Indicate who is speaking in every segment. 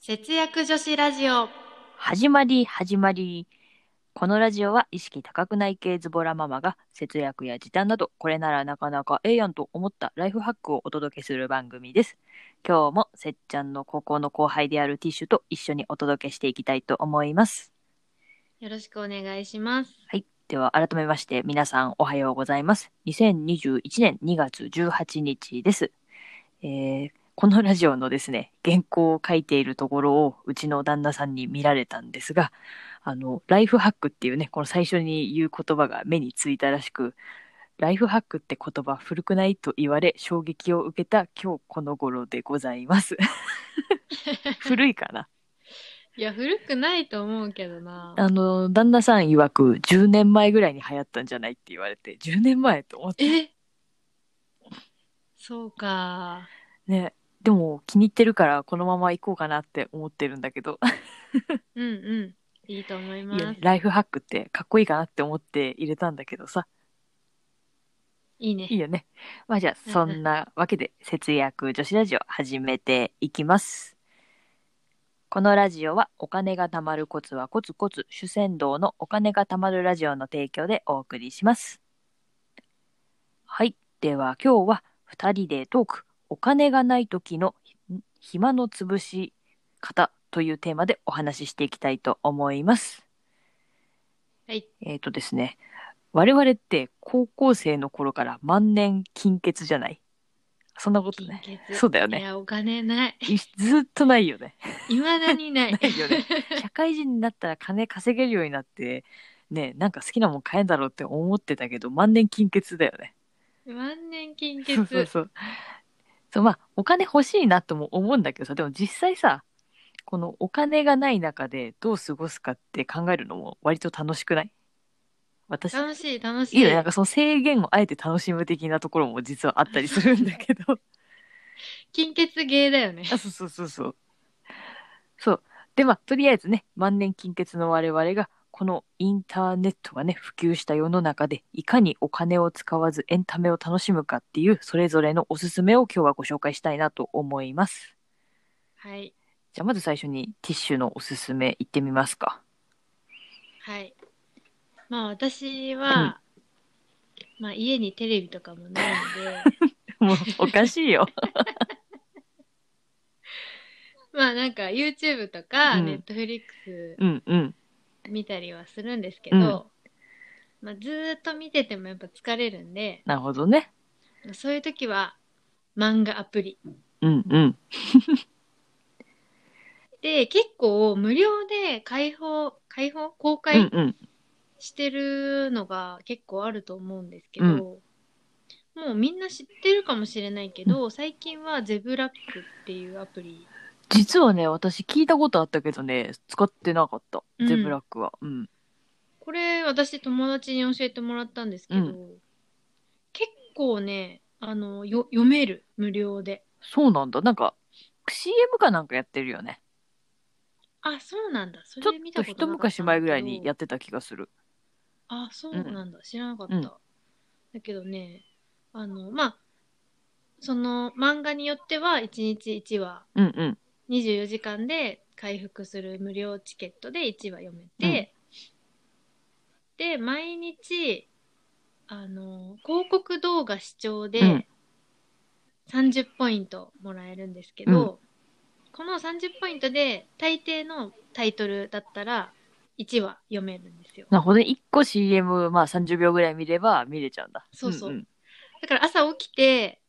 Speaker 1: 節約女子ラジオ。
Speaker 2: 始まり始まりこのラジオは意識高くない系ズボラママが節約や時短などこれならなかなかええやんと思ったライフハックをお届けする番組です今日もせっちゃんの高校の後輩であるティッシュと一緒にお届けしていきたいと思います
Speaker 1: よろしくお願いします。
Speaker 2: では改めまして皆さんおはようございます2021年2月18日です、えーこのラジオのですね原稿を書いているところをうちの旦那さんに見られたんですがあのライフハックっていうねこの最初に言う言葉が目についたらしくライフハックって言葉古くないと言われ衝撃を受けた今日この頃でございます古いかない
Speaker 1: や、古くないと思うけどな。
Speaker 2: あの旦那さん曰く10年前ぐらいに流行ったんじゃないって言われて10年前と思って
Speaker 1: えそうか。
Speaker 2: ね、でも気に入ってるからこのまま行こうかなって思ってるんだけど、
Speaker 1: うんうん。いいと思いま
Speaker 2: い
Speaker 1: す。
Speaker 2: やライフハックってかっこいいかなって思って入れたんだけどさ、
Speaker 1: いいね。
Speaker 2: いいよね。まあじゃあそんなわけで節約女子ラジオ始めていきます。このラジオはお金が貯まるコツはコツコツ主戦道のお金が貯まるラジオの提供でお送りします。はい。では今日は2人でトークお金がない時のん暇の潰し方というテーマでお話ししていきたいと思います。
Speaker 1: はい。
Speaker 2: えっ、とですね。我々って高校生の頃から万年金欠じゃないそんなこと
Speaker 1: 金
Speaker 2: ね。
Speaker 1: 欠。
Speaker 2: そうだよ
Speaker 1: い
Speaker 2: ね。
Speaker 1: や、お金ない。
Speaker 2: いずっとないよ ね。
Speaker 1: いまだにない。
Speaker 2: ないよね社会人になったら金稼げるようになって、ね、なんか好きなもん買えんだろうって思ってたけど、万年金欠だよね。
Speaker 1: 万年金欠。
Speaker 2: そうそうそう。そう、まあ、お金欲しいなとも思うんだけどさ、でも実際さ、このお金がない中でどう過ごすかって考えるのも割と楽しくない私
Speaker 1: 楽しい、楽しい。
Speaker 2: いいよね。なんかその制限をあえて楽しむ的なところも実はあったりするんだけど。
Speaker 1: 金欠芸だよね。
Speaker 2: あ、そうそうそうそう。そう。で、まあ、とりあえずね、万年金欠の我々が、このインターネットがね、普及した世の中で、いかにお金を使わずエンタメを楽しむかっていう、それぞれのおすすめを今日はご紹介したいなと思います。
Speaker 1: はい。
Speaker 2: じゃあ、まず最初にティッシュのおすすめいってみます か。
Speaker 1: はい。まあ、私は、まあ、家にテレビとかもないので、
Speaker 2: もう、おかしいよ。
Speaker 1: まあなんか YouTube とか
Speaker 2: うん
Speaker 1: Netflix
Speaker 2: うんうん。
Speaker 1: 見たりはするんですけど、
Speaker 2: うん
Speaker 1: まあ、ずーっと見ててもやっぱ疲れるんで
Speaker 2: なるほどね。
Speaker 1: そういう時は漫画アプリ
Speaker 2: うんうん。
Speaker 1: で結構無料で開放開放公
Speaker 2: うん
Speaker 1: 開
Speaker 2: うん。
Speaker 1: してるのが結構あると思うんですけど、
Speaker 2: うん
Speaker 1: もうみんな知ってるかもしれないけど、最近はゼブラックっていうアプリ
Speaker 2: 実はね、私聞いたことあったけどね、使ってなかった。
Speaker 1: うん
Speaker 2: ゼブラックは。うん。
Speaker 1: これ私友達に教えてもらったんですけど、
Speaker 2: う
Speaker 1: 結構ねあのよ読める無料で
Speaker 2: そうなんだ。なんか、CM かなんかやってるよね。
Speaker 1: あそうなんだそ
Speaker 2: ちょっ
Speaker 1: れ見
Speaker 2: と
Speaker 1: たことなか
Speaker 2: 一
Speaker 1: ったんだけど
Speaker 2: 昔前ぐらいにやってた気がする。
Speaker 1: あそうなんだ、知らなかった、
Speaker 2: うん
Speaker 1: だけどねあのまあその漫画によっては1日1話
Speaker 2: うんうん。
Speaker 1: 24時間で回復する無料チケットで1話読めて、で毎日あの広告動画視聴で、
Speaker 2: うん
Speaker 1: 30ポイントもらえるんですけど、この30ポイントで大抵のタイトルだったら1話読めるんですよ
Speaker 2: なるほどね。1個 CM、まあ30秒ぐらい見れば見れちゃうんだ。
Speaker 1: そうそうん
Speaker 2: ん
Speaker 1: だから朝起きて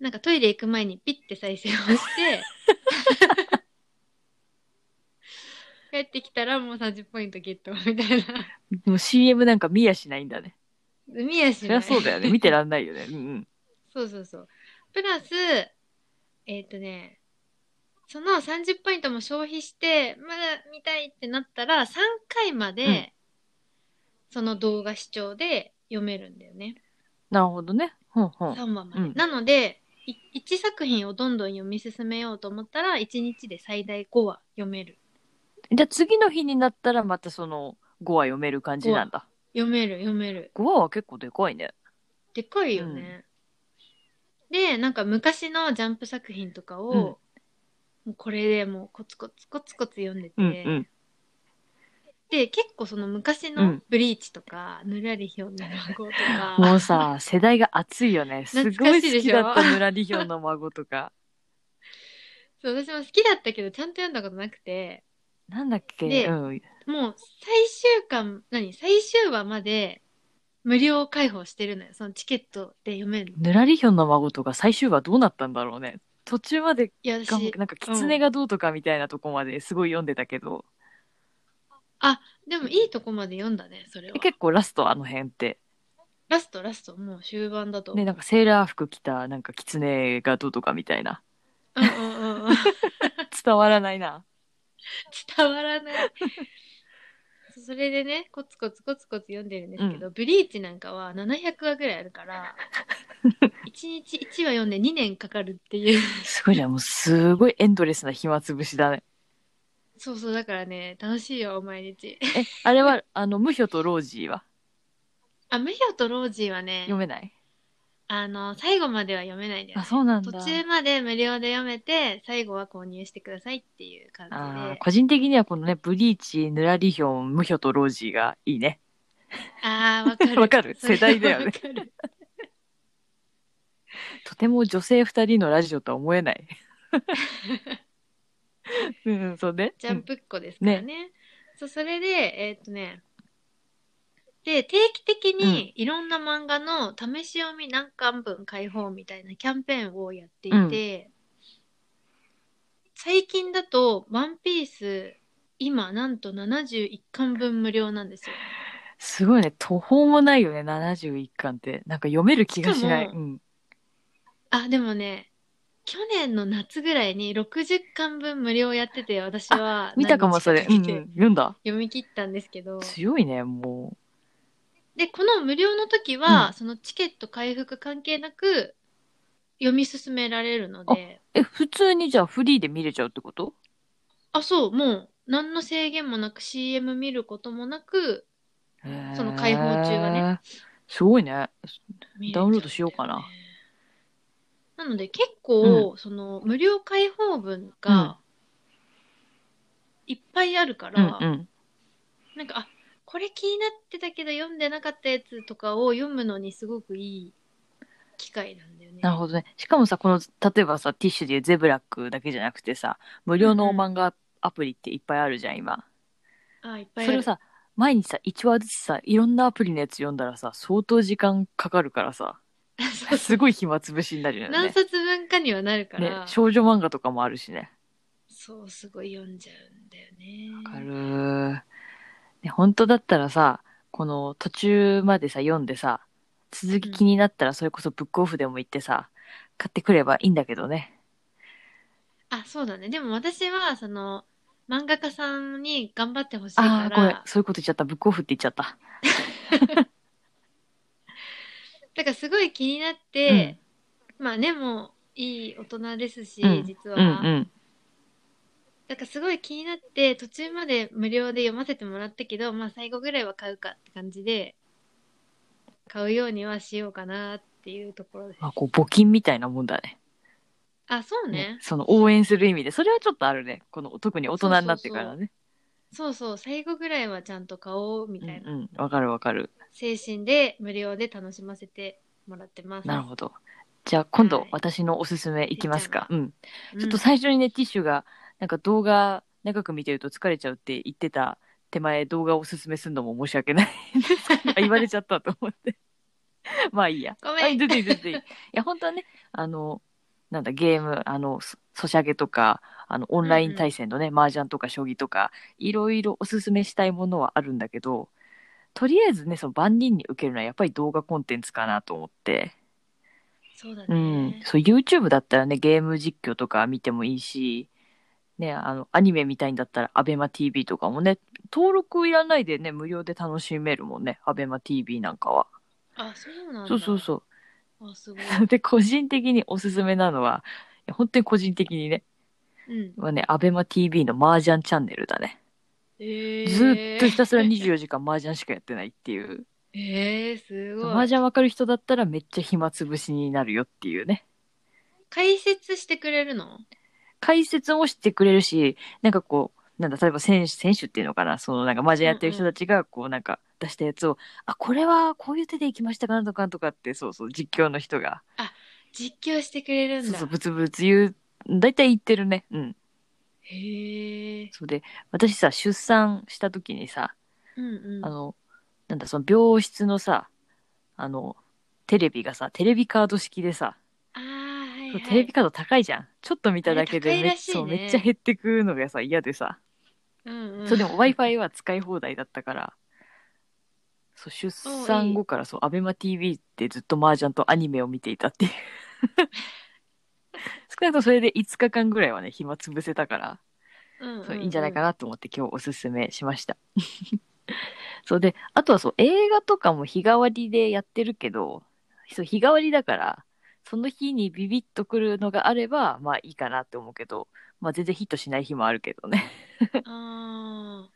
Speaker 1: なんかトイレ行く前にピッて再生をして 帰ってきたらもう30ポイントゲットみたいな
Speaker 2: でも CM なんか見やしないんだね。
Speaker 1: 海やし
Speaker 2: そり
Speaker 1: な
Speaker 2: ゃ
Speaker 1: い
Speaker 2: そうだ よね。見てらんないよね。うんうん。
Speaker 1: そうそうそう。プラス、えっ、とね、その30ポイントも消費して、まだ見たいってなったら、3回まで、
Speaker 2: うん
Speaker 1: その動画視聴で読めるんだよね。
Speaker 2: なるほどね。ほんほん。
Speaker 1: 3話まで。
Speaker 2: うん
Speaker 1: なので、1作品をどんどん読み進めようと思ったら、1日で最大5話読める。
Speaker 2: じゃあ次の日になったらまたその5話読める感じなんだ。
Speaker 1: 読める、読める。
Speaker 2: 5話は結構でかいね。
Speaker 1: でっかいよね。で、なんか昔のジャンプ作品とかを、もうこれでもうコツコツコツコツ読んでて、
Speaker 2: うんうん。
Speaker 1: で結構その昔
Speaker 2: う
Speaker 1: の
Speaker 2: ん
Speaker 1: 「ブリーチ」とか「ぬらりひょんの孫」とか、
Speaker 2: もうさ、世代が熱いよね。すご
Speaker 1: 懐か
Speaker 2: い
Speaker 1: しいで
Speaker 2: 好き
Speaker 1: しょ
Speaker 2: だった、ぬらりひょんの孫 とか。
Speaker 1: そう私も好きだったけどちゃんと読んだことなくて
Speaker 2: なんだっけ
Speaker 1: で
Speaker 2: うん。
Speaker 1: もう最終巻何最終話まで無料開放してるのよそのチケットで読めるの
Speaker 2: ぬらりひょんの孫とか最終話どうなったんだろうね。途中まで
Speaker 1: いや
Speaker 2: が
Speaker 1: 私
Speaker 2: なんか狐がどうとかみたいなとこまですごい読んでたけど、
Speaker 1: でもいいとこまで読んだねそれは
Speaker 2: え結構ラストあの辺って、
Speaker 1: ラストラストもう終盤だと思
Speaker 2: ね、
Speaker 1: う、
Speaker 2: なんかセーラー服着たなんか狐がどうとかみた いな
Speaker 1: うんうんうんうん
Speaker 2: 伝わらないな。
Speaker 1: 伝わらない そうそれでねコツコツコツコツ読んでるんですけど、ブリーチなんかは700話ぐらいあるから 1日1話読んで2年かかるっていう
Speaker 2: すごいじゃんもうすごいエンドレスな暇つぶしだね。
Speaker 1: そうそうだからね楽しいよ毎日
Speaker 2: えあれはあのムヒョとロージーは
Speaker 1: あ無表とロージーはね
Speaker 2: 読めない
Speaker 1: あの最後までは読めないんだよ、
Speaker 2: あ
Speaker 1: ね、
Speaker 2: そうなん
Speaker 1: 途
Speaker 2: だ。
Speaker 1: 中まで無料で読めて最後は購入してくださいっていう感じ
Speaker 2: あー
Speaker 1: で
Speaker 2: 個人的にはこのねブリーチぬらりひょんムヒョとロージーがいいね。
Speaker 1: ああわかる
Speaker 2: わかる
Speaker 1: それ
Speaker 2: 世代だよね
Speaker 1: わか る
Speaker 2: とても女性二人のラジオとは思 えない。うん、そうね。
Speaker 1: ジャンプっ子ですからね。そうそれで、えーっとね、で、定期的にいろんな漫画の試し読み何巻分開放みたいなキャンペーンをやっていて、最近だと、ワンピース、今、なんと71巻分無料なんですよ。
Speaker 2: すごいね。途方もないよね、71巻って。なんか読める気がしない。
Speaker 1: しか
Speaker 2: う
Speaker 1: も
Speaker 2: ん。
Speaker 1: あ、でもね、去年の夏ぐらいに60巻分無料やってて、私は
Speaker 2: 見たかも、それ。う
Speaker 1: 何
Speaker 2: ん、
Speaker 1: 日か
Speaker 2: う
Speaker 1: け
Speaker 2: ん
Speaker 1: て。
Speaker 2: 読んだ
Speaker 1: 読み切ったんですけど、
Speaker 2: 強いね、も
Speaker 1: でこの無料の時は、
Speaker 2: うん
Speaker 1: そのチケット回復関係なく読み進められるので
Speaker 2: う。え、普通にじゃあフリーで見れちゃうってこと
Speaker 1: あそうもう何の制限もなく CM 見ることもなくその開放中がね。
Speaker 2: すごいね。
Speaker 1: 見れ
Speaker 2: ダウンロードしようかな
Speaker 1: ななので結構、その無料開放分がいっぱいあるか
Speaker 2: うんう
Speaker 1: ら、
Speaker 2: ん。
Speaker 1: なんかあこれ気になってたけど読んでなかったやつとかを読むのにすごくいい機会なんだよね。
Speaker 2: なるほどね。しかもさ、この、例えばさ、ティッシュでゼブラックだけじゃなくてさ、無料の漫画アプリっていっぱいあるじゃん、今。
Speaker 1: あいっぱいあ
Speaker 2: そ
Speaker 1: る
Speaker 2: れをさ、毎日さ、1話ずつさ、いろんなアプリのやつ読んだらさ、相当時間かかるから さ、
Speaker 1: そう
Speaker 2: すごい暇つぶしになるよ
Speaker 1: 何
Speaker 2: ね。
Speaker 1: 冊分かにはなるか
Speaker 2: ね
Speaker 1: ら、、
Speaker 2: 少女漫画とかもあるしね。
Speaker 1: そうすごい読んじゃうんだよね。
Speaker 2: わかるー。ね、本当だったらさ、この途中までさ、読んでさ、続き気になったらそれこそブックオフでも行ってさ、買ってくればいいんだけどね。
Speaker 1: あそうだねでも私はその漫画家さんに頑張ってほしい
Speaker 2: あ
Speaker 1: か
Speaker 2: あー、ごめん
Speaker 1: ら。
Speaker 2: そういうこと言っちゃった。ブックオフって言っちゃった。
Speaker 1: だからすごい気になって、まあねもういい大人ですし、
Speaker 2: うん
Speaker 1: 実は、
Speaker 2: うんうん。
Speaker 1: だからすごい気になって途中まで無料で読ませてもらったけどまあ最後ぐらいは買うかって感じで買うようにはしようかなっていうところです
Speaker 2: まあ、こう、募金みたいなもんだね。
Speaker 1: あそうね
Speaker 2: ねその応援する意味で。それはちょっとあるね。この、特に大人になってからね。
Speaker 1: そうそう最後ぐらいはちゃんと買おうみたいな、
Speaker 2: うんうん。わかるわかる。
Speaker 1: 精神で無料で楽しませてもらってます。
Speaker 2: なるほど。じゃあ今度
Speaker 1: はい
Speaker 2: 私のおすすめいきますか。うん。
Speaker 1: うん
Speaker 2: ちょっと最初にね、ティッシュが、なんか動画長く見てると疲れちゃうって言ってた手前、動画をおすすめするのも申し 訳ない んですけど、あ言われちゃったと思って。まあいいや。
Speaker 1: ごめん
Speaker 2: はい出ていい 出ていい。いや、本当はね、あの、なんだ、ゲーム、あの、そソシャゲとか、あの、オンライン対戦のね、麻雀とか将棋とか、いろいろおすすめしたいものはあるんだけど、とりあえずね、その万人に受けるのはやっぱり動画コンテンツかなと思って。
Speaker 1: そうだね。
Speaker 2: うん、そう YouTube だったらねゲーム実況とか見てもいいし、ね、あのアニメ見たいんだったら ABEMATV とかもね登録いらないでね無料で楽しめるもんね ABEMATV なんかは
Speaker 1: あ、そうなんだ。。
Speaker 2: そうそうそう
Speaker 1: あ、すごい。
Speaker 2: う で個人的におすすめなのはいや本当に個人的にね
Speaker 1: うん。
Speaker 2: はね ABEMATV の麻雀チャンネルだね、
Speaker 1: えー、
Speaker 2: ずーっとひたすら24時間麻雀しかやってないっていう
Speaker 1: えー、すごい。
Speaker 2: 麻雀わかる人だったらめっちゃ暇つぶしになるよっていうね
Speaker 1: 解説してくれるの
Speaker 2: 解説をしてくれるし、なんかこう、なんだ、例えば選手、選手っていうのかな、そのなんかマージャンやってる人たちが、こうなんか出したやつを、あ、これはこういう手でいきましたかなんとかなんとかって、そうそう、実況の人が、
Speaker 1: 実況してくれるん
Speaker 2: そう
Speaker 1: だ
Speaker 2: そう、ぶつぶつ言う、大体言ってるね。うん。
Speaker 1: へえ
Speaker 2: そうで、私さ、出産した時にさ、
Speaker 1: うんうん
Speaker 2: あの、なんだ、その病室のさ、あの、テレビがさ、テレビカード式でさ、
Speaker 1: あーはいはい
Speaker 2: テレビカード高いじゃん。ちょっと見ただけ
Speaker 1: あ
Speaker 2: で
Speaker 1: れ
Speaker 2: め,、
Speaker 1: 高いらしいね
Speaker 2: そうめっちゃ減ってくのがさ、嫌でさ。
Speaker 1: うんうん
Speaker 2: そう、でも Wi-Fi は使い放題だったから、そう、出産後からそう、アベマ TV ってずっと麻雀とアニメを見てい たっていう。少なくともそれで5日間ぐらいはね、暇つぶせたから。
Speaker 1: うんうん
Speaker 2: そううんいいんじゃないかなと思って今日おすすめし ました。そうで、あとはそう、映画とかも日替わりでやってるけど、そう日替わりだから、その日にビビッとくるのがあれば、まあいいかなって思うけど、まあ全然ヒットしない日もあるけどね。
Speaker 1: あ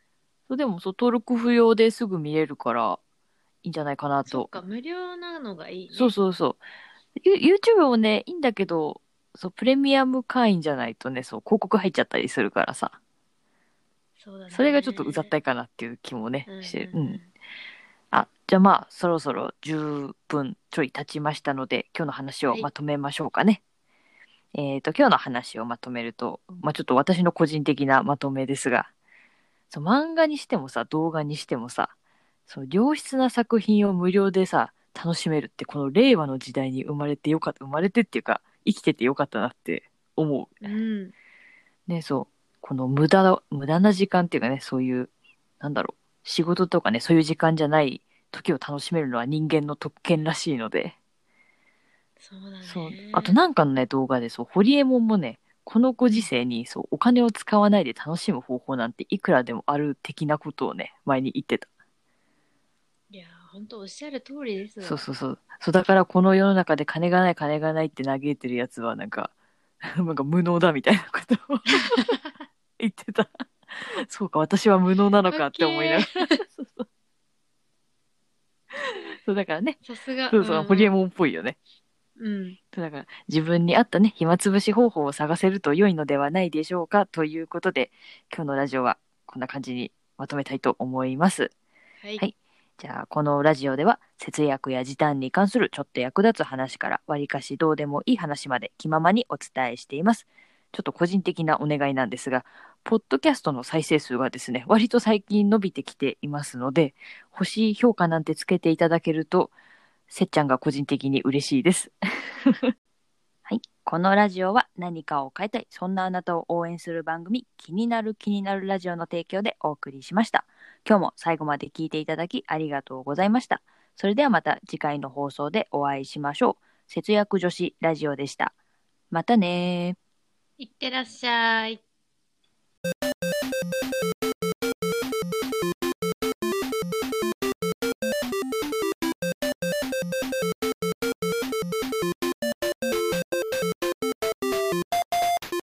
Speaker 2: そうでもそう、登録不要ですぐ見れるから、いいんじゃないかな
Speaker 1: ーそっ
Speaker 2: と。
Speaker 1: か無料なのがいいね
Speaker 2: そうそうそう。ユ YouTube もね、いいんだけど、そう、プレミアム会員じゃないとね、そう、広告入っちゃったりするからさ、
Speaker 1: そうだね
Speaker 2: それがちょっとうざったいかなっていう気もね、してる。
Speaker 1: う
Speaker 2: うんん
Speaker 1: うんうん
Speaker 2: あ、じゃあまあ、そろそろ10分ちょい経ちましたので、今日の話を
Speaker 1: はい
Speaker 2: まとめましょうかね。えっと、今日の話をまとめると、まあちょっと私の個人的なまとめですが、そう、漫画にしてもさ、動画にしてもさ、そう、良質な作品を無料でさ、楽しめるって、この令和の時代に生まれてよかった、生まれてっていうか、生きててよかったなって思う。
Speaker 1: うん
Speaker 2: ね、そう、この無駄な、無駄な時間っていうかね、そういう、なんだろう、仕事とかね、そういう時間じゃない時を楽しめるのは人間の特権らしいので、
Speaker 1: そうだね
Speaker 2: そう、あとなんかのね、動画で、そう、ホリエモンもね、このご時世に、そう、お金を使わないで楽しむ方法なんていくらでもある的なことをね、前に言ってた。
Speaker 1: いやー本当おっしゃる通りですわ
Speaker 2: そうそうそう。そう、だからこの世の中で金がない、金がないって嘆いてるやつは、なんか、 なんか無能だみたいなことを 言ってた。そうか、私は無能なのかって思いながら。そうそう。そうだからね、
Speaker 1: さすが
Speaker 2: そうそう、
Speaker 1: ん
Speaker 2: ホリエモンっぽいよね。
Speaker 1: うん
Speaker 2: そうだから自分に合ったね、暇つぶし方法を探せると良いのではないでしょうかということで、今日のラジオはこんな感じにまとめたいと思います。
Speaker 1: はい
Speaker 2: はいじゃあ、このラジオでは節約や時短に関するちょっと役立つ話から、わりかしどうでもいい話まで気ままにお伝えしています。ちょっと個人的なお願いなんですが、ポッドキャストの再生数がですね、割と最近伸びてきていますので、星評価なんてつけていただけると、せっちゃんが個人的に嬉しいです。 はい。このラジオは何かを変えたい、そんなあなたを応援する番組、気になる気になるラジオの提供でお送りしました。今日も最後まで聞いていただきありがとうございました。それではまた次回の放送でお会いしましょう。節約女子ラジオでした。またねー。
Speaker 1: いってらっしゃい